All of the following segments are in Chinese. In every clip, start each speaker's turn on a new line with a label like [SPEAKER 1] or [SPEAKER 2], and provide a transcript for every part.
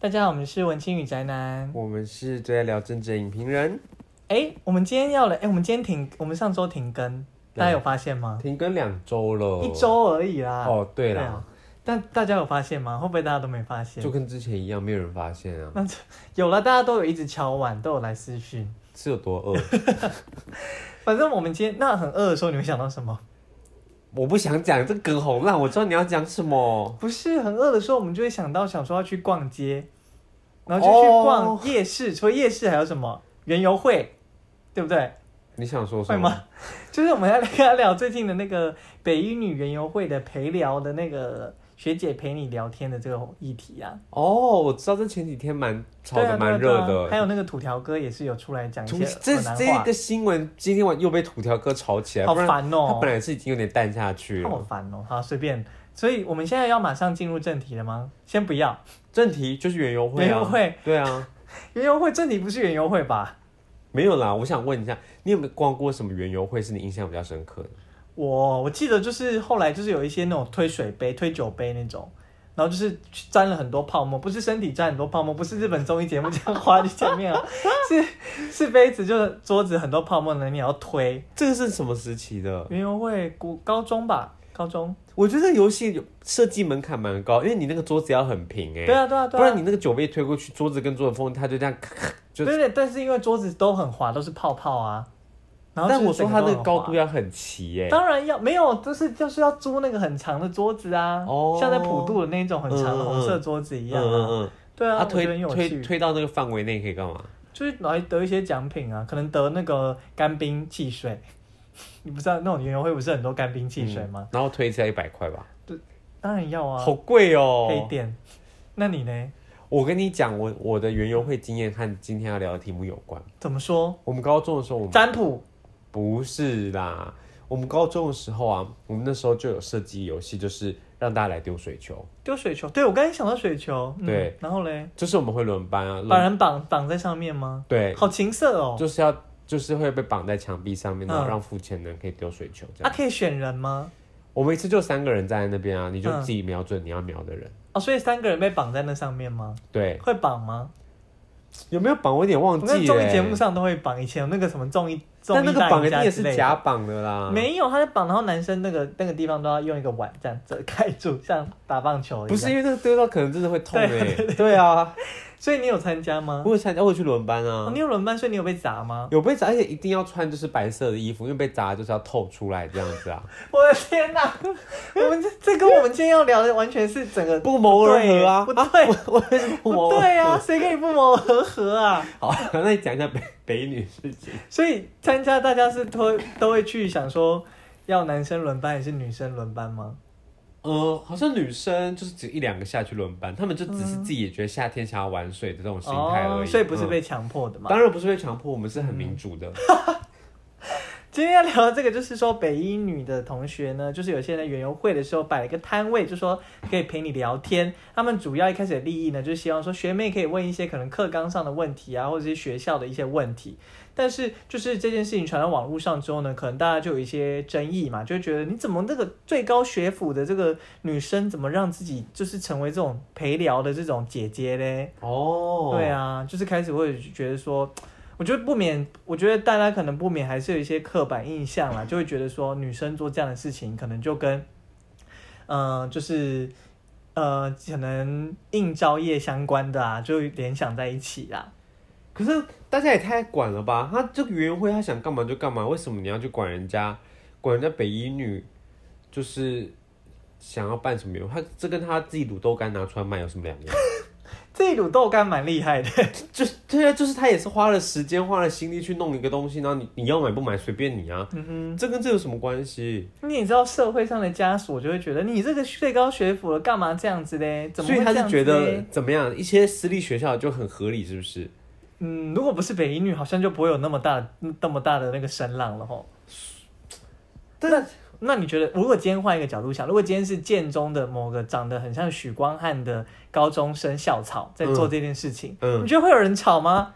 [SPEAKER 1] 大家好，我们是文青与宅男。
[SPEAKER 2] 我们是最爱聊政治的影评人，
[SPEAKER 1] 哎，我们今天要来，哎，我们今天停，我们上周停更，大家有发现吗？
[SPEAKER 2] 停更两周了，
[SPEAKER 1] 一周而已啦。
[SPEAKER 2] 哦，对啦，
[SPEAKER 1] 啊。但大家有发现吗？会不会大家都没发现
[SPEAKER 2] 就？跟之前一样，没有人发现啊，
[SPEAKER 1] 那就有了，大家都有一直敲碗，都有来私讯。
[SPEAKER 2] 是有多饿？
[SPEAKER 1] 反正我们今天那很饿的时候，你会想到什么？
[SPEAKER 2] 我不想讲这个梗好烂，我知道你要讲什么。
[SPEAKER 1] 不是很饿的时候，我们就会想到想说要去逛街，然后就去逛夜市。除了夜市，还有什么园游会，对不对？
[SPEAKER 2] 你想说
[SPEAKER 1] 会
[SPEAKER 2] 什么？
[SPEAKER 1] 吗？就是我们要跟他聊最近的那个北一女园游会的陪聊的那个学姐陪你聊天的这个议题啊，
[SPEAKER 2] 哦，我知道这前几天蛮吵
[SPEAKER 1] 对啊
[SPEAKER 2] 的，蛮
[SPEAKER 1] 对啊
[SPEAKER 2] 热
[SPEAKER 1] 对啊还
[SPEAKER 2] 的。
[SPEAKER 1] 有那个土条哥也是有出来讲一
[SPEAKER 2] 土
[SPEAKER 1] 些
[SPEAKER 2] 这
[SPEAKER 1] 河南
[SPEAKER 2] 这
[SPEAKER 1] 话
[SPEAKER 2] 一个新闻今天晚又被土条哥吵起来，
[SPEAKER 1] 好
[SPEAKER 2] 不然
[SPEAKER 1] 烦哦
[SPEAKER 2] 他本来是已经有点淡下去
[SPEAKER 1] 好
[SPEAKER 2] 了。
[SPEAKER 1] 烦哦、好，随便。所以我们现在要马上进入正题了吗？先不要，
[SPEAKER 2] 正题就是园游会
[SPEAKER 1] 园
[SPEAKER 2] 啊，
[SPEAKER 1] 游会，
[SPEAKER 2] 对啊，
[SPEAKER 1] 园游会正题不是园游会吧？
[SPEAKER 2] 没有啦。我想问一下，你有没有逛过什么园游会是你印象比较深刻的？
[SPEAKER 1] 我我记得就是后来就是有一些那种推水杯、推酒杯那种，然后就是沾了很多泡沫，不是身体沾很多泡沫，不是日本综艺节目这样滑去前面啊， 是是杯子就是桌子很多泡沫的，你也要推。
[SPEAKER 2] 这个是什么时期的？
[SPEAKER 1] 园游会古高中吧，高中。
[SPEAKER 2] 我觉得游戏有设计门槛蛮高，因为你那个桌子要很平哎、
[SPEAKER 1] 对啊对啊对
[SPEAKER 2] 不然
[SPEAKER 1] 啊。
[SPEAKER 2] 你那个酒杯推过去，桌子跟桌子缝，它就这样咔咔就
[SPEAKER 1] 对。对，但是因为桌子都很滑，都是泡泡啊。然后
[SPEAKER 2] 但
[SPEAKER 1] 就
[SPEAKER 2] 我
[SPEAKER 1] 是
[SPEAKER 2] 说
[SPEAKER 1] 整
[SPEAKER 2] 它
[SPEAKER 1] 个
[SPEAKER 2] 那
[SPEAKER 1] 都很
[SPEAKER 2] 个
[SPEAKER 1] 滑
[SPEAKER 2] 高度要很齐哎、
[SPEAKER 1] 当然要没有，就是就是要租那个很长的桌子啊，
[SPEAKER 2] 哦
[SPEAKER 1] 像在普渡的那种很长的红色桌子一样啊。
[SPEAKER 2] 嗯嗯嗯，
[SPEAKER 1] 对啊，
[SPEAKER 2] 它
[SPEAKER 1] 我觉得很
[SPEAKER 2] 推
[SPEAKER 1] 有
[SPEAKER 2] 推
[SPEAKER 1] 趣，
[SPEAKER 2] 推到那个范围内可以干嘛？
[SPEAKER 1] 就是来得一些奖品啊，可能得那个干冰汽水。 你不知道那种园游会不是很多干冰汽水吗？
[SPEAKER 2] 嗯然后推一次要一百块吧，
[SPEAKER 1] 当然要啊，
[SPEAKER 2] 好贵嗯哦、
[SPEAKER 1] 黑店。那你呢？
[SPEAKER 2] 我跟你讲，我我的园游会经验和今天要聊的题目有关。
[SPEAKER 1] 怎么说？
[SPEAKER 2] 我们高中的时候，我们
[SPEAKER 1] 占卜
[SPEAKER 2] 不是啦，我们高中的时候啊，我们那时候就有设计游戏，就是让大家来丢水球，
[SPEAKER 1] 丢水球，对我刚才想到水球，嗯
[SPEAKER 2] 对，
[SPEAKER 1] 然后嘞，
[SPEAKER 2] 就是我们会轮班啊，
[SPEAKER 1] 把
[SPEAKER 2] 轮
[SPEAKER 1] 人绑绑在上面吗？
[SPEAKER 2] 对，
[SPEAKER 1] 好情色哦。
[SPEAKER 2] 就是要就是会被绑在墙壁上面，
[SPEAKER 1] 嗯
[SPEAKER 2] 然后让付钱的人可以丢水球这
[SPEAKER 1] 啊，
[SPEAKER 2] 样。
[SPEAKER 1] 可以选人吗？
[SPEAKER 2] 我们一次就三个人站在那边啊，你就
[SPEAKER 1] 嗯
[SPEAKER 2] 自己瞄准你要瞄的人。
[SPEAKER 1] 哦，所以三个人被绑在那上面吗？
[SPEAKER 2] 对，
[SPEAKER 1] 会绑吗？
[SPEAKER 2] 有没有绑？我有点忘
[SPEAKER 1] 我
[SPEAKER 2] 记
[SPEAKER 1] 看
[SPEAKER 2] 了。
[SPEAKER 1] 综艺节目，上都会绑，以前有那个什么综艺，综
[SPEAKER 2] 但
[SPEAKER 1] 艺
[SPEAKER 2] 那个
[SPEAKER 1] 大
[SPEAKER 2] 绑
[SPEAKER 1] 赢
[SPEAKER 2] 一
[SPEAKER 1] 家
[SPEAKER 2] 定也
[SPEAKER 1] 之类的
[SPEAKER 2] 是假绑的啦。
[SPEAKER 1] 没有，他在绑，然后男生那个那个地方都要用一个碗这样子盖住，像打棒球一样。
[SPEAKER 2] 不是因为那个丢到可能真的会痛
[SPEAKER 1] 对
[SPEAKER 2] 哎。对啊，
[SPEAKER 1] 所以你有参加吗？
[SPEAKER 2] 我有参加，我有去轮班
[SPEAKER 1] 哦
[SPEAKER 2] 啊，
[SPEAKER 1] 你有轮班，所以你有被砸吗？
[SPEAKER 2] 有被砸，而且一定要穿就是白色的衣服，因为被砸就是要透出来这样子啊。
[SPEAKER 1] 我的天哪、我们这这跟我们今天要聊的完全是整个
[SPEAKER 2] 不谋而合啊
[SPEAKER 1] 不对，
[SPEAKER 2] 我 我为什么
[SPEAKER 1] 不
[SPEAKER 2] 我？
[SPEAKER 1] 对啊，谁跟你不谋而合啊？
[SPEAKER 2] 好，那你讲一下北北女事情。
[SPEAKER 1] 所以参加大家是都都会去想说，要男生轮班还是女生轮班吗？
[SPEAKER 2] 呃，好像女生就是只一两个下去轮班，她们就只是自己也觉得夏天想要玩水的这种心态而已，
[SPEAKER 1] 哦，所以不是
[SPEAKER 2] 嗯
[SPEAKER 1] 被强迫的嘛。
[SPEAKER 2] 当然不是被强迫，我们是很民主的。
[SPEAKER 1] 今天要聊的这个就是说，北一女的同学呢，就是有些人在园游会的时候摆了一个摊位，就说可以陪你聊天。他们主要一开始的利益呢，就是希望说学妹可以问一些可能课纲上的问题啊，或者是学校的一些问题。但是就是这件事情传到网络上之后呢，可能大家就有一些争议嘛，就会觉得你怎么那个最高学府的这个女生，怎么让自己就是成为这种陪聊的这种姐姐嘞？
[SPEAKER 2] 哦
[SPEAKER 1] 对，啊，就是开始会觉得说，我觉得不免，我觉得大家可能不免还是有一些刻板印象 啦，就会觉得说女生做这样的事情，可能就跟，嗯、就是呃，可能应招业相关的啊，就联想在一起啦。
[SPEAKER 2] 可是大家也太管了吧？她这个园游会，她想干嘛就干嘛，为什么你要去管人家？管人家北一女就是想要办什么园游会？她这跟她自己卤豆干拿出来卖有什么两样？
[SPEAKER 1] 这一卤豆干蛮厉害的，
[SPEAKER 2] 就对啊，就是她也是花了时间、花了心力去弄一个东西，然后你你要买不买随便你啊，
[SPEAKER 1] 嗯
[SPEAKER 2] 这跟这有什么关系？
[SPEAKER 1] 哼，你也知道社会上的枷锁就会觉得你这个最高学府了，干嘛这样子嘞？怎么
[SPEAKER 2] 所
[SPEAKER 1] 会
[SPEAKER 2] 以他
[SPEAKER 1] 这
[SPEAKER 2] 是
[SPEAKER 1] 样
[SPEAKER 2] 觉
[SPEAKER 1] 子
[SPEAKER 2] 得
[SPEAKER 1] 嘞
[SPEAKER 2] 怎么样？一些私立学校就很合理，是不是？
[SPEAKER 1] 嗯，如果不是北一女，好像就不会有那么大、那么大的那个声浪了吼。
[SPEAKER 2] 但
[SPEAKER 1] 那你觉得，如果今天换一个角度想，如果今天是建中的某个长得很像许光汉的高中生校草在做这件事情，
[SPEAKER 2] 嗯嗯
[SPEAKER 1] 你觉得会有人吵吗？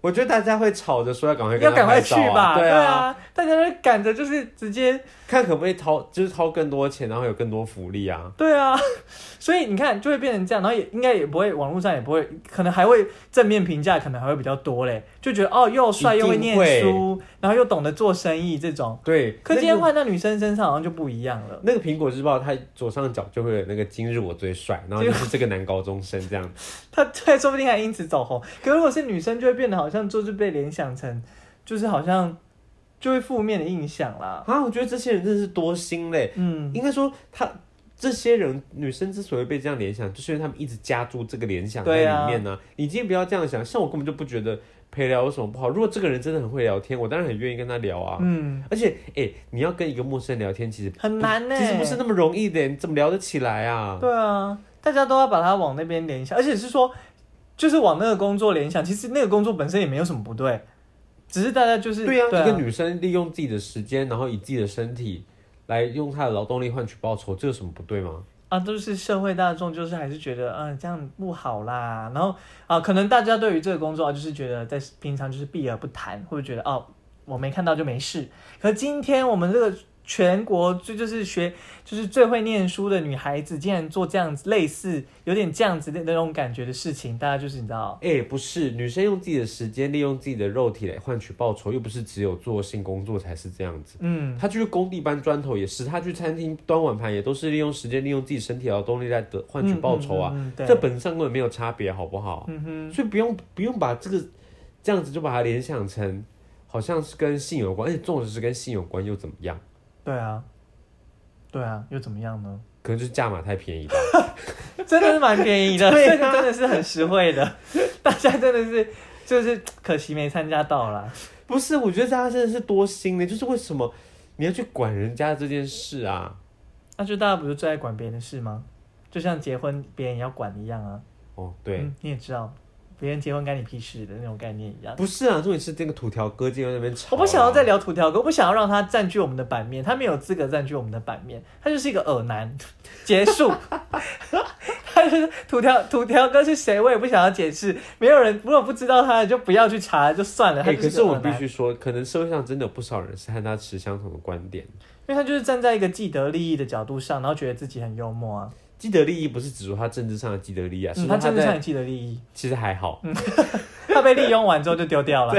[SPEAKER 2] 我觉得大家会吵着说要赶快跟
[SPEAKER 1] 要
[SPEAKER 2] 他
[SPEAKER 1] 赶快
[SPEAKER 2] 拍
[SPEAKER 1] 去
[SPEAKER 2] 照啊
[SPEAKER 1] 吧，
[SPEAKER 2] 对
[SPEAKER 1] 对
[SPEAKER 2] 啊，
[SPEAKER 1] 啊，大家都赶着就是直接
[SPEAKER 2] 看可不可以掏，就是掏更多钱，然后有更多福利啊。
[SPEAKER 1] 对啊， 所以你看就会变成这样，然后也应该也不会网络上也不会，可能还会正面评价，可能还会比较多嘞，就觉得哦又帅
[SPEAKER 2] 一
[SPEAKER 1] 又
[SPEAKER 2] 定
[SPEAKER 1] 会念
[SPEAKER 2] 会
[SPEAKER 1] 书，然后又懂得做生意这种。
[SPEAKER 2] 对，
[SPEAKER 1] 可今
[SPEAKER 2] 那
[SPEAKER 1] 天
[SPEAKER 2] 个
[SPEAKER 1] 换到女生身上好像就不一样了。
[SPEAKER 2] 那个苹果日报，它左上角就会有那个今日我最帅，然后就是这个男高中生 这样。
[SPEAKER 1] 她对，说不定还因此走红。可如果是女生，就会变得好像就是被联想成，就是好像就会负面的印象啦。
[SPEAKER 2] 啊，我觉得这些人真的是多心嘞。
[SPEAKER 1] 嗯，
[SPEAKER 2] 应该说他这些人女生之所以被这样联想，就是因为他们一直加注这个联想在
[SPEAKER 1] 对啊
[SPEAKER 2] 里面呢、你今天不要这样想，像我根本就不觉得陪聊有什么不好。如果这个人真的很会聊天，我当然很愿意跟他聊啊。
[SPEAKER 1] 嗯，
[SPEAKER 2] 而且，哎、你要跟一个陌生人聊天，其实
[SPEAKER 1] 很难呢、欸
[SPEAKER 2] 其实不是那么容易的，你怎么聊得起来啊？
[SPEAKER 1] 对啊，大家都要把它往那边联想，而且是说，就是往那个工作联想。其实那个工作本身也没有什么不对，只是大家就是
[SPEAKER 2] 对呀、
[SPEAKER 1] 对啊
[SPEAKER 2] 一个女生利用自己的时间，然后以自己的身体来用她的劳动力换取报酬，这有什么不对吗？
[SPEAKER 1] 啊，都是社会大众，就是还是觉得，嗯，这样不好啦。然后啊，可能大家对于这个工作啊，就是觉得在平常就是避而不谈，或者觉得哦，我没看到就没事。可今天我们这个全国最就是学就是最会念书的女孩子，竟然做这样子类似有点这样子的那种感觉的事情，大家就是你知道，
[SPEAKER 2] 哎、不是，女生用自己的时间，利用自己的肉体来换取报酬，又不是只有做性工作才是这样子。
[SPEAKER 1] 嗯，
[SPEAKER 2] 她去工地搬砖头也是，她去餐厅端碗盘也都是利用时间，利用自己身体劳动力来得换取报酬啊。
[SPEAKER 1] 嗯嗯嗯嗯对嗯
[SPEAKER 2] 这本质上根本没有差别，好不好？所以不用不用把这个这样子就把它联想成好像是跟性有关，而且纵使是跟性有关又怎么样？
[SPEAKER 1] 对啊，对啊，又怎么样呢？
[SPEAKER 2] 可能就是价码太便宜吧。
[SPEAKER 1] 真的是蛮便宜的，
[SPEAKER 2] 对啊
[SPEAKER 1] 这个真的是很实惠的，大家真的是就是可惜没参加到啦。
[SPEAKER 2] 不是，我觉得大家真的是多心的，就是为什么你要去管人家这件事啊？
[SPEAKER 1] 那就大家不是最爱管别人的事吗？就像结婚别人也要管一样啊。
[SPEAKER 2] 哦，对，
[SPEAKER 1] 嗯你也知道，别人结婚干你屁事的那种概念一样。
[SPEAKER 2] 不是啊，重点是这个土条哥今天在那边吵、啊
[SPEAKER 1] 我不想要再，聊土条哥，我不想要让他占据我们的版面，他没有资格占据我们的版面，他就是一个耳男。 结束，他就是土条土条哥是谁，我也不想要解释。没有人如果不知道他的，就不要去查，就算了。他
[SPEAKER 2] 哎、
[SPEAKER 1] 就呃
[SPEAKER 2] 可
[SPEAKER 1] 是
[SPEAKER 2] 是
[SPEAKER 1] 个
[SPEAKER 2] 我
[SPEAKER 1] 耳
[SPEAKER 2] 必
[SPEAKER 1] 男，
[SPEAKER 2] 须说，可能社会上真的有不少人是和他持相同的观点。
[SPEAKER 1] 因为他就是站在一个既得利益的角度上，然后觉得自己很幽默啊。
[SPEAKER 2] 既得利益不是指说他政治上的既得利益啊，
[SPEAKER 1] 嗯、
[SPEAKER 2] 是说
[SPEAKER 1] 他
[SPEAKER 2] 他
[SPEAKER 1] 真的
[SPEAKER 2] 在
[SPEAKER 1] 像你既得利益，
[SPEAKER 2] 其实还好，
[SPEAKER 1] 嗯他被利用完之后就丢掉了。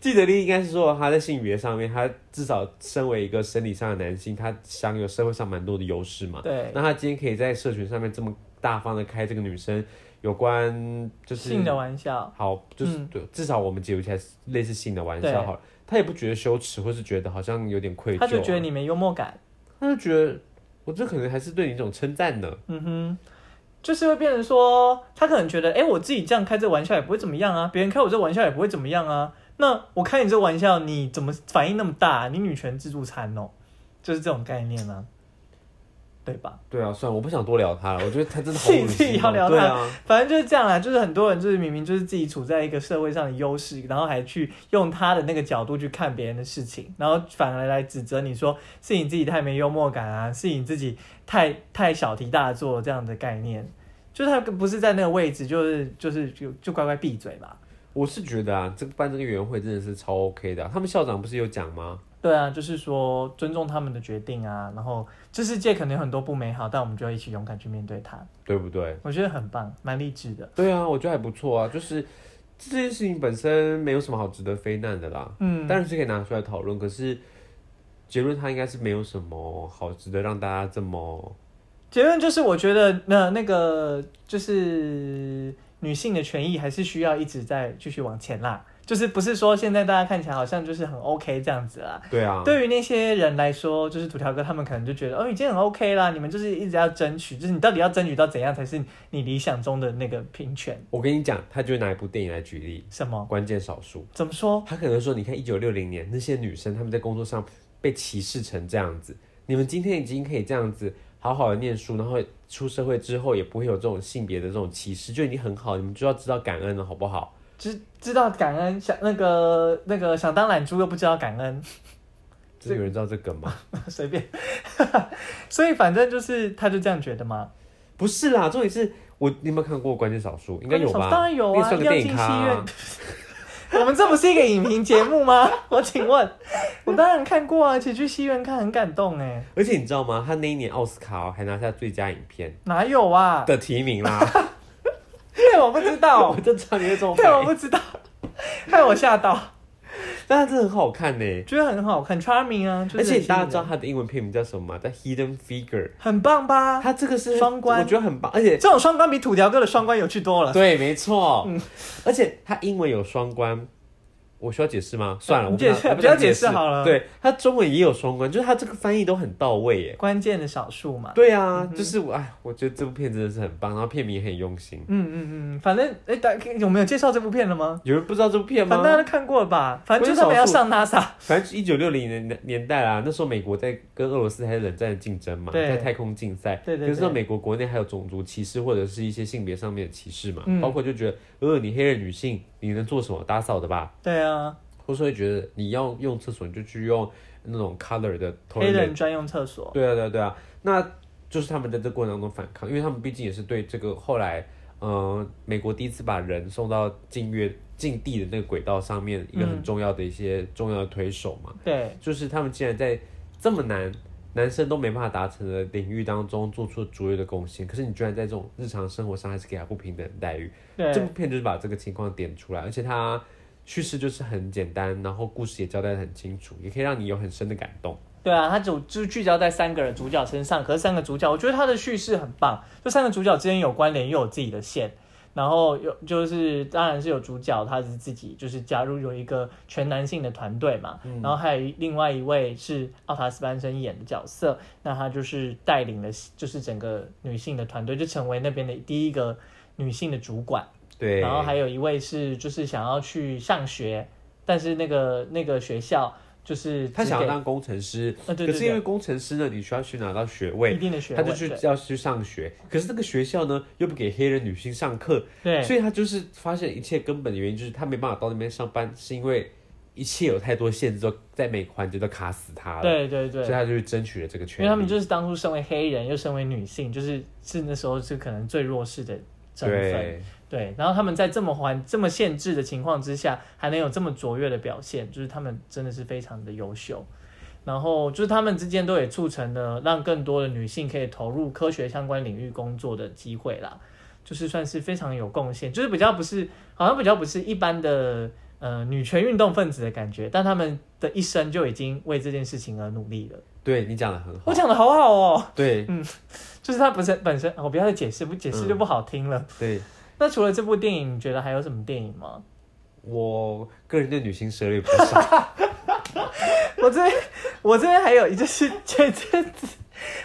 [SPEAKER 2] 既得利益应该是说他在性别上面，他至少身为一个生理上的男性，他享有社会上蛮多的优势嘛。
[SPEAKER 1] 对，
[SPEAKER 2] 那他今天可以在社群上面这么大方的开这个女生有关就是
[SPEAKER 1] 性的玩笑。
[SPEAKER 2] 好，就是、对，至少我们解读起来是类似性的玩笑
[SPEAKER 1] 对
[SPEAKER 2] 好了。他也不觉得羞耻，或是觉得好像有点愧疚
[SPEAKER 1] 他
[SPEAKER 2] 啊、
[SPEAKER 1] 就觉得你没幽默感，
[SPEAKER 2] 他就觉得我这可能还是对你一种称赞呢。
[SPEAKER 1] 嗯哼，就是会变成说，他可能觉得，哎、我自己这样开这玩笑也不会怎么样啊，别人开我这玩笑也不会怎么样啊，那我开你这玩笑，你怎么反应那么大、啊你女权自助餐哦，就是这种概念啊，对吧？
[SPEAKER 2] 对啊，算了，我不想多聊他了。我觉得他真的 好
[SPEAKER 1] 自己
[SPEAKER 2] 恶
[SPEAKER 1] 自己
[SPEAKER 2] 心
[SPEAKER 1] 要
[SPEAKER 2] 哦、
[SPEAKER 1] 聊他
[SPEAKER 2] 对啊，
[SPEAKER 1] 反正就是这样啦，就是很多人就是明明就是自己处在一个社会上的优势，然后还去用他的那个角度去看别人的事情，然后反而来指责你说是你自己太没幽默感啊，是你自己太太小题大做这样的概念，就是他不是在那个位置，就是就是就就乖乖闭嘴吧。
[SPEAKER 2] 我是觉得啊，这个办这个园会真的是超 OK 的啊、他们校长不是有讲吗？
[SPEAKER 1] 对啊，就是说尊重他们的决定啊，然后这世界可能有很多不美好，但我们就要一起勇敢去面对它。
[SPEAKER 2] 对不对？
[SPEAKER 1] 我觉得很棒，蛮励志的。
[SPEAKER 2] 对啊，我觉得还不错啊。就是这件事情本身没有什么好值得非难的啦。
[SPEAKER 1] 嗯，
[SPEAKER 2] 当然是可以拿出来讨论，可是结论它应该是没有什么好值得让大家这么
[SPEAKER 1] 结论就是，我觉得那那个就是女性的权益还是需要一直在继续往前啦。就是不是说现在大家看起来好像就是很 OK 这样子啦？
[SPEAKER 2] 对啊。
[SPEAKER 1] 对于那些人来说，就是土条哥他们可能就觉得，哦，已经很 OK 啦，你们就是一直要争取，就是你到底要争取到怎样才是你理想中的那个平权？
[SPEAKER 2] 我跟你讲，他就拿一部电影来举例，
[SPEAKER 1] 什么？
[SPEAKER 2] 关键少数。
[SPEAKER 1] 怎么说？
[SPEAKER 2] 哦他可能说，你看一九六零年那些女生，她们在工作上被歧视成这样子，你们今天已经可以这样子好好的念书，然后出社会之后也不会有这种性别的这种歧视，就已经很好，你们就要知道感恩了，好不好？
[SPEAKER 1] 知知道感恩，想那个那个想当懒猪又不知道感恩，
[SPEAKER 2] 真的有人知道这梗
[SPEAKER 1] 啊
[SPEAKER 2] 吗？
[SPEAKER 1] 随便。 所以反正就是他就这样觉得嘛。
[SPEAKER 2] 不是啦，重点是我你有没有看过《关键少数》？应该有吧？
[SPEAKER 1] 当然有
[SPEAKER 2] 你也
[SPEAKER 1] 啊，
[SPEAKER 2] 算个
[SPEAKER 1] 要
[SPEAKER 2] 电
[SPEAKER 1] 进
[SPEAKER 2] 影
[SPEAKER 1] 戏
[SPEAKER 2] 咖啊、
[SPEAKER 1] 院。 我们这不是一个影评节目吗？ 我请问，我当然看过啊，而且去戏院看很感动哎，
[SPEAKER 2] 而且你知道吗？他那一年奥斯卡哦还拿下最佳影片
[SPEAKER 1] 哪有啊？
[SPEAKER 2] 的提 名啦。
[SPEAKER 1] 对，我不知道
[SPEAKER 2] 我，就知道你会这种
[SPEAKER 1] 哦 对，我
[SPEAKER 2] 反应，
[SPEAKER 1] 不知道， 害我吓到，
[SPEAKER 2] 但它真的很好 看呢。
[SPEAKER 1] 觉得很好看，charming 啊，就是
[SPEAKER 2] 而
[SPEAKER 1] 很吸引
[SPEAKER 2] 且
[SPEAKER 1] 人
[SPEAKER 2] 大家知道它的英文片名叫什么吗？叫 Hidden Figure。
[SPEAKER 1] 很棒吧？
[SPEAKER 2] 它这个是
[SPEAKER 1] 啊双关
[SPEAKER 2] 我觉得很棒，而且
[SPEAKER 1] 这种双关比土条哥的双关有趣多了。
[SPEAKER 2] 对，没错，而且它英文有双关，我需要解释吗？算了，
[SPEAKER 1] 呃你
[SPEAKER 2] 我不想
[SPEAKER 1] 解释
[SPEAKER 2] 我
[SPEAKER 1] 不要
[SPEAKER 2] 想
[SPEAKER 1] 解
[SPEAKER 2] 解
[SPEAKER 1] 释好了
[SPEAKER 2] 对，它中文也有双关，就是它这个翻译都很到位耶。
[SPEAKER 1] 关键的少数嘛。
[SPEAKER 2] 对啊，就是我哎，我觉得这部片真的是很棒，然后片名也很用心。
[SPEAKER 1] 嗯嗯嗯，反正哎，大家有没有介绍这部片了吗？
[SPEAKER 2] 有人不知道这部片
[SPEAKER 1] 反正大家
[SPEAKER 2] 吗？
[SPEAKER 1] 都看过了吧？反正就是他们要上 NASA。
[SPEAKER 2] 反正一九六零年年代啦，那时候美国在跟俄罗斯还是冷战的竞争嘛，
[SPEAKER 1] 对
[SPEAKER 2] 在太空竞赛。
[SPEAKER 1] 对对对
[SPEAKER 2] 可是到美国国内还有种族歧视或者是一些性别上面的歧视嘛，
[SPEAKER 1] 嗯
[SPEAKER 2] 包括就觉得，呃，你黑人女性你能做什么？打扫的吧，
[SPEAKER 1] 对啊，
[SPEAKER 2] 或是会觉得你要用厕所，你就去用那种 color 的
[SPEAKER 1] 黑
[SPEAKER 2] toilet。
[SPEAKER 1] 人专用厕所。
[SPEAKER 2] 对啊，对啊，对啊，那就是他们在这过程当中反抗，因为他们毕竟也是对这个后来，呃，美国第一次把人送到禁月禁地的那个轨道上面，一个很重要的一些重要的推手嘛。
[SPEAKER 1] 对，
[SPEAKER 2] 就是他们竟然在这么难。男生都没办法达成的领域当中做出卓越的贡献，可是你居然在这种日常生活上还是给他不平等的待遇，这
[SPEAKER 1] 对，
[SPEAKER 2] 部片就是把这个情况点出来，而且它叙事就是很简单，然后故事也交代的很清楚，也可以让你有很深的感动。
[SPEAKER 1] 对啊，他只就聚焦在三个人主角身上，可是三个主角，我觉得他的叙事很棒，就三个主角之间有关联，又有自己的线。然后有就是，当然是有主角，他是自己就是加入有一个全男性的团队嘛，
[SPEAKER 2] 嗯
[SPEAKER 1] 然后还有一另外一位是奥塔斯班森演的角色，那他就是带领了就是整个女性的团队，就成为那边的第一个女性的主管。
[SPEAKER 2] 对，
[SPEAKER 1] 然后还有一位是就是想要去上学，但是那个那个学校就是
[SPEAKER 2] 他
[SPEAKER 1] 只
[SPEAKER 2] 想要
[SPEAKER 1] 给
[SPEAKER 2] 当工程师，
[SPEAKER 1] 呃对对
[SPEAKER 2] 可是因为工程师呢，你需要去拿到学位
[SPEAKER 1] 一，定的学
[SPEAKER 2] 他
[SPEAKER 1] 位，
[SPEAKER 2] 就去
[SPEAKER 1] 对
[SPEAKER 2] 要去上学，可是这个学校呢又不给黑人女性上课，
[SPEAKER 1] 对
[SPEAKER 2] 所以他就是发现一切根本的原因就是他没办法到那边上班，是因为一切有太多限制，都在每个环节都卡死他了，
[SPEAKER 1] 对对对
[SPEAKER 2] 所以，他就去争取了这个
[SPEAKER 1] 因为
[SPEAKER 2] 权
[SPEAKER 1] 他们
[SPEAKER 2] 利。
[SPEAKER 1] 就是当初身为黑人又身为女性，就是是那时候是可能最弱势的身份，
[SPEAKER 2] 对，
[SPEAKER 1] 对。然后他们在这么环这么限制的情况之下，还能有这么卓越的表现，就是他们真的是非常的优秀。然后就是他们之间都也促成了让更多的女性可以投入科学相关领域工作的机会啦，就是算是非常有贡献，就是比较不是好像比较不是一般的呃女权运动分子的感觉，但他们的一生就已经为这件事情而努力了。
[SPEAKER 2] 对你讲的很
[SPEAKER 1] 我
[SPEAKER 2] 好，
[SPEAKER 1] 讲的好好哦，
[SPEAKER 2] 对
[SPEAKER 1] 就是他本身本身，我不要再解释，不解释就不好听了。
[SPEAKER 2] 对。
[SPEAKER 1] 那除了这部电影，你觉得还有什么电影吗？
[SPEAKER 2] 我个人对女性涉猎比较少，
[SPEAKER 1] 我这边我这边还有，就是前阵子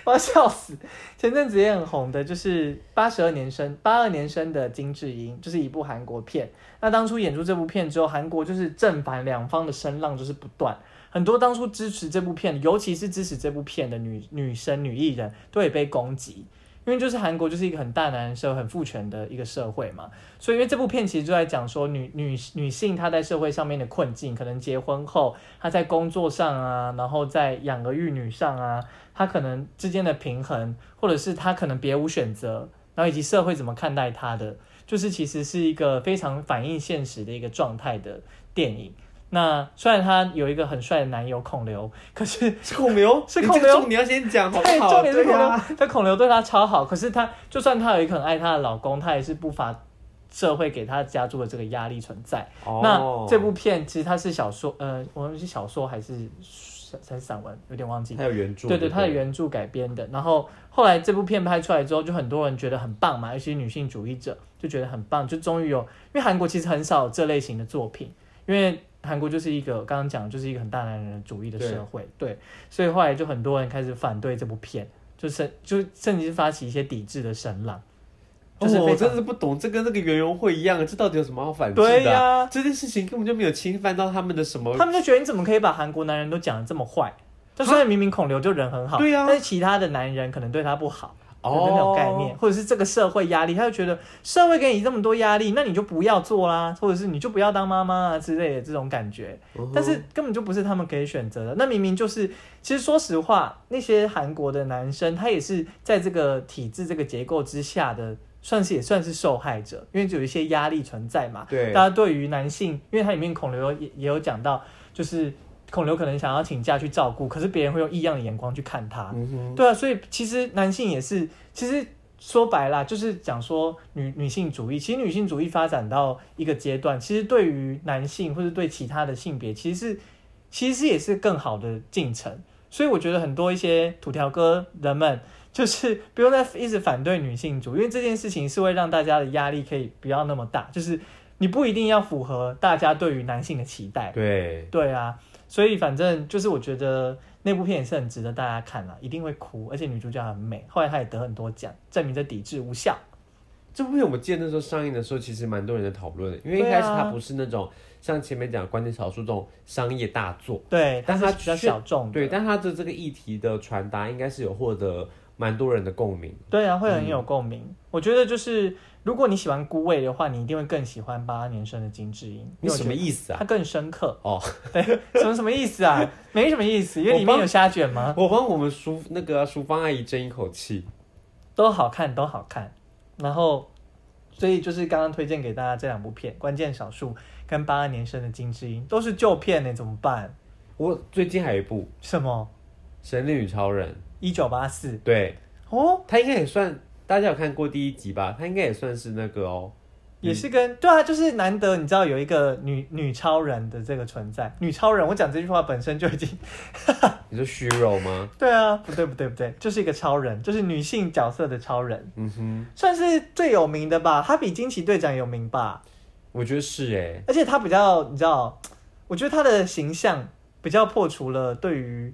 [SPEAKER 1] 我要笑死，前阵子也很红的，就是八十二年生八二年生的金智英，就是一部韩国片。那当初演出这部片之后，韩国就是正反两方的声浪就是不断，很多当初支持这部片，尤其是支持这部片的女女生女艺人，都也被攻击。因为就是韩国就是一个很大男人社会、很父权的一个社会嘛，所以因为这部片其实就在讲说女女女性她在社会上面的困境，可能结婚后她在工作上啊，然后在养儿育女上啊，她可能之间的平衡，或者是她可能别无选择，然后以及社会怎么看待她的，就是其实是一个非常反映现实的一个状态的电影。那虽然她有一个很帅的男友孔刘，可是
[SPEAKER 2] 是孔刘，
[SPEAKER 1] 是
[SPEAKER 2] 你
[SPEAKER 1] 孔
[SPEAKER 2] 这个
[SPEAKER 1] 刘
[SPEAKER 2] 重点要先讲好不
[SPEAKER 1] 对，
[SPEAKER 2] 好？
[SPEAKER 1] 重点是
[SPEAKER 2] 对
[SPEAKER 1] 孔刘，
[SPEAKER 2] 啊，
[SPEAKER 1] 但孔刘对她超好，可是她就算她有一个很爱她的老公，她也是不乏社会给她加注的这个压力存在。
[SPEAKER 2] 哦
[SPEAKER 1] 那这部片其实它是小说，呃，我们是小说还是散还是散文，有点忘记。
[SPEAKER 2] 还有原著，
[SPEAKER 1] 对
[SPEAKER 2] 对
[SPEAKER 1] 对，
[SPEAKER 2] 不，
[SPEAKER 1] 它的原著改编的。然后后来这部片拍出来之后，就很多人觉得很棒嘛，尤其是女性主义者就觉得很棒，就终于有，因为韩国其实很少有这类型的作品，因为韩国就是一个刚刚讲就是一个很大男人主义的社会，对，所以后来就很多人开始反对这部片，就是就甚至是发起一些抵制的声浪，就是非
[SPEAKER 2] 哦我
[SPEAKER 1] 常、
[SPEAKER 2] 真的是不懂，这跟那个圆融会一样，这到底有什么好反制
[SPEAKER 1] 对
[SPEAKER 2] 的啊？
[SPEAKER 1] 呀、
[SPEAKER 2] 这件事情根本就没有侵犯到他们的什么
[SPEAKER 1] 他们就觉得你怎么可以把韩国男人都讲得这么坏？就虽然明明孔刘就人很好，
[SPEAKER 2] 对啊哦
[SPEAKER 1] 但是其他的男人可能对他不好。的那种概念，。或者是这个社会压力，他就觉得社会给你这么多压力，那你就不要做啦，或者是你就不要当妈妈啊之类的这种感觉。
[SPEAKER 2] 嗯哼
[SPEAKER 1] 但是根本就不是他们可以选择的，那明明就是，其实说实话，那些韩国的男生他也是在这个体制、这个结构之下的。算是也算是受害者，因为就有一些压力存在嘛。
[SPEAKER 2] 对
[SPEAKER 1] 大家对于男性，因为它里面孔刘也也有讲到，就是孔刘可能想要请假去照顾，可是别人会用异样的眼光去看他。
[SPEAKER 2] 嗯哼，
[SPEAKER 1] 对啊，所以其实男性也是，其实说白啦，就是讲说女女性主义。其实女性主义发展到一个阶段，其实对于男性或者对其他的性别，其实是其实也是更好的进程。所以我觉得很多一些土条哥人们，就是不用再一直反对女性主义，因为这件事情是会让大家的压力可以不要那么大，就是你不一定要符合大家对于男性的期待。
[SPEAKER 2] 对，
[SPEAKER 1] 对啊，所以反正就是我觉得那部片也是很值得大家看啊啦，一定会哭，而且女主角很美，后来她也得很多奖，证明这抵制无效。
[SPEAKER 2] 这部片我记得那时候上映的时候，其实蛮多人在讨论的，因为一
[SPEAKER 1] 对啊
[SPEAKER 2] 开始它不是那种像前面讲的《关键少数》这种商业大作，
[SPEAKER 1] 对，
[SPEAKER 2] 但
[SPEAKER 1] 她
[SPEAKER 2] 她
[SPEAKER 1] 是比较
[SPEAKER 2] 却
[SPEAKER 1] 小众的，
[SPEAKER 2] 对，但它的这个议题的传达应该是有获得蛮多人的共鸣。
[SPEAKER 1] 对啊，会
[SPEAKER 2] 嗯
[SPEAKER 1] 很有共鸣。我觉得就是如果你喜欢孤味的话，你一定会更喜欢八八年生的金智英，
[SPEAKER 2] 你
[SPEAKER 1] 因为我
[SPEAKER 2] 什
[SPEAKER 1] 觉得
[SPEAKER 2] 么意思啊？
[SPEAKER 1] 它更深刻。
[SPEAKER 2] 哦，
[SPEAKER 1] 对，什么什么意思啊？没什么意思，因为
[SPEAKER 2] 我
[SPEAKER 1] 里面
[SPEAKER 2] 帮
[SPEAKER 1] 有虾卷吗？
[SPEAKER 2] 我帮我们淑那个淑芳阿姨争一口气。
[SPEAKER 1] 都好看，都好看。然后，所以就是刚刚推荐给大家这两部片，《关键少数》跟《八二年生的金智英》都是旧片呢、怎么办？
[SPEAKER 2] 我最近还有一部《
[SPEAKER 1] 什么？
[SPEAKER 2] 神力女超人
[SPEAKER 1] 一九八四》，
[SPEAKER 2] 对，
[SPEAKER 1] 哦，
[SPEAKER 2] 它应该也算大家有看过第一集吧？它应该也算是那个哦，
[SPEAKER 1] 也是跟、对啊，就是难得你知道有一个女女超人的这个存在。女超人，我讲这句话本身就已经
[SPEAKER 2] 你说虚荣吗？
[SPEAKER 1] 对啊，不对不对不对，就是一个超人，就是女性角色的超人，
[SPEAKER 2] 嗯哼，
[SPEAKER 1] 算是最有名的吧。她比惊奇队长有名吧？
[SPEAKER 2] 我觉得是哎，
[SPEAKER 1] 而且他比较，你知道，我觉得他的形象比较破除了对于，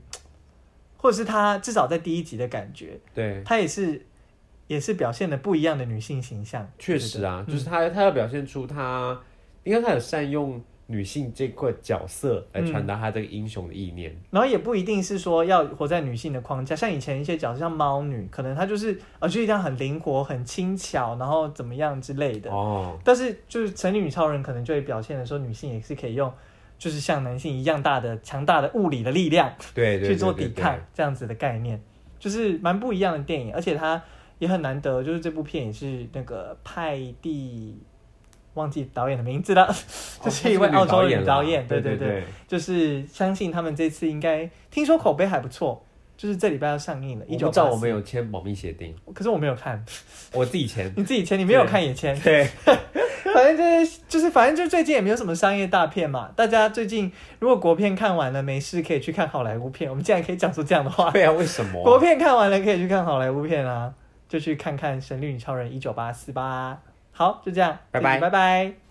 [SPEAKER 1] 或者是他至少在第一集的感觉，
[SPEAKER 2] 对，
[SPEAKER 1] 他也是也是表现的不一样的女性形象。
[SPEAKER 2] 确实
[SPEAKER 1] 嗯
[SPEAKER 2] 啊，就是她她要表现出她，因为她有善用女性这块角色来传达她这个英雄的意念。
[SPEAKER 1] 然后也不一定是说要活在女性的框架，像以前一些角色，像猫女，可能她就是呃就是一样很灵活、很轻巧，然后怎么样之类的。
[SPEAKER 2] 哦，
[SPEAKER 1] 但是就是《神力女超人》可能就会表现的说，女性也是可以用，就是像男性一样大的强大的物理的力量。
[SPEAKER 2] 对对，
[SPEAKER 1] 去做
[SPEAKER 2] 对哦
[SPEAKER 1] 抵抗，这样子的概念，就是蛮不一样的电影，而且它也很难得，就是这部片也是那个派蒂忘记导演的名字
[SPEAKER 2] 哦
[SPEAKER 1] 了， 这是一位澳洲人导演，
[SPEAKER 2] 对
[SPEAKER 1] 对对
[SPEAKER 2] 对
[SPEAKER 1] 对，就是相信他们这次应该听说口碑还不错，就是这礼拜要上映了，一
[SPEAKER 2] 我
[SPEAKER 1] 九
[SPEAKER 2] 不知道
[SPEAKER 1] 八
[SPEAKER 2] 我们有签保密协定，
[SPEAKER 1] 可是我没有看，
[SPEAKER 2] 我自己签。
[SPEAKER 1] 你自己签，你没有看也签，
[SPEAKER 2] 对，
[SPEAKER 1] 反正就是就是反正就最近也没有什么商业大片嘛，大家最近如果国片看完了没事可以去看好莱坞片，我们竟然可以讲出这样的话。
[SPEAKER 2] 对啊，为什么啊？
[SPEAKER 1] 国片看完了，可以去看好莱坞片啊，就去看看《神力女超人》一九八四吧。好，就这样，
[SPEAKER 2] 拜拜
[SPEAKER 1] 这集拜拜。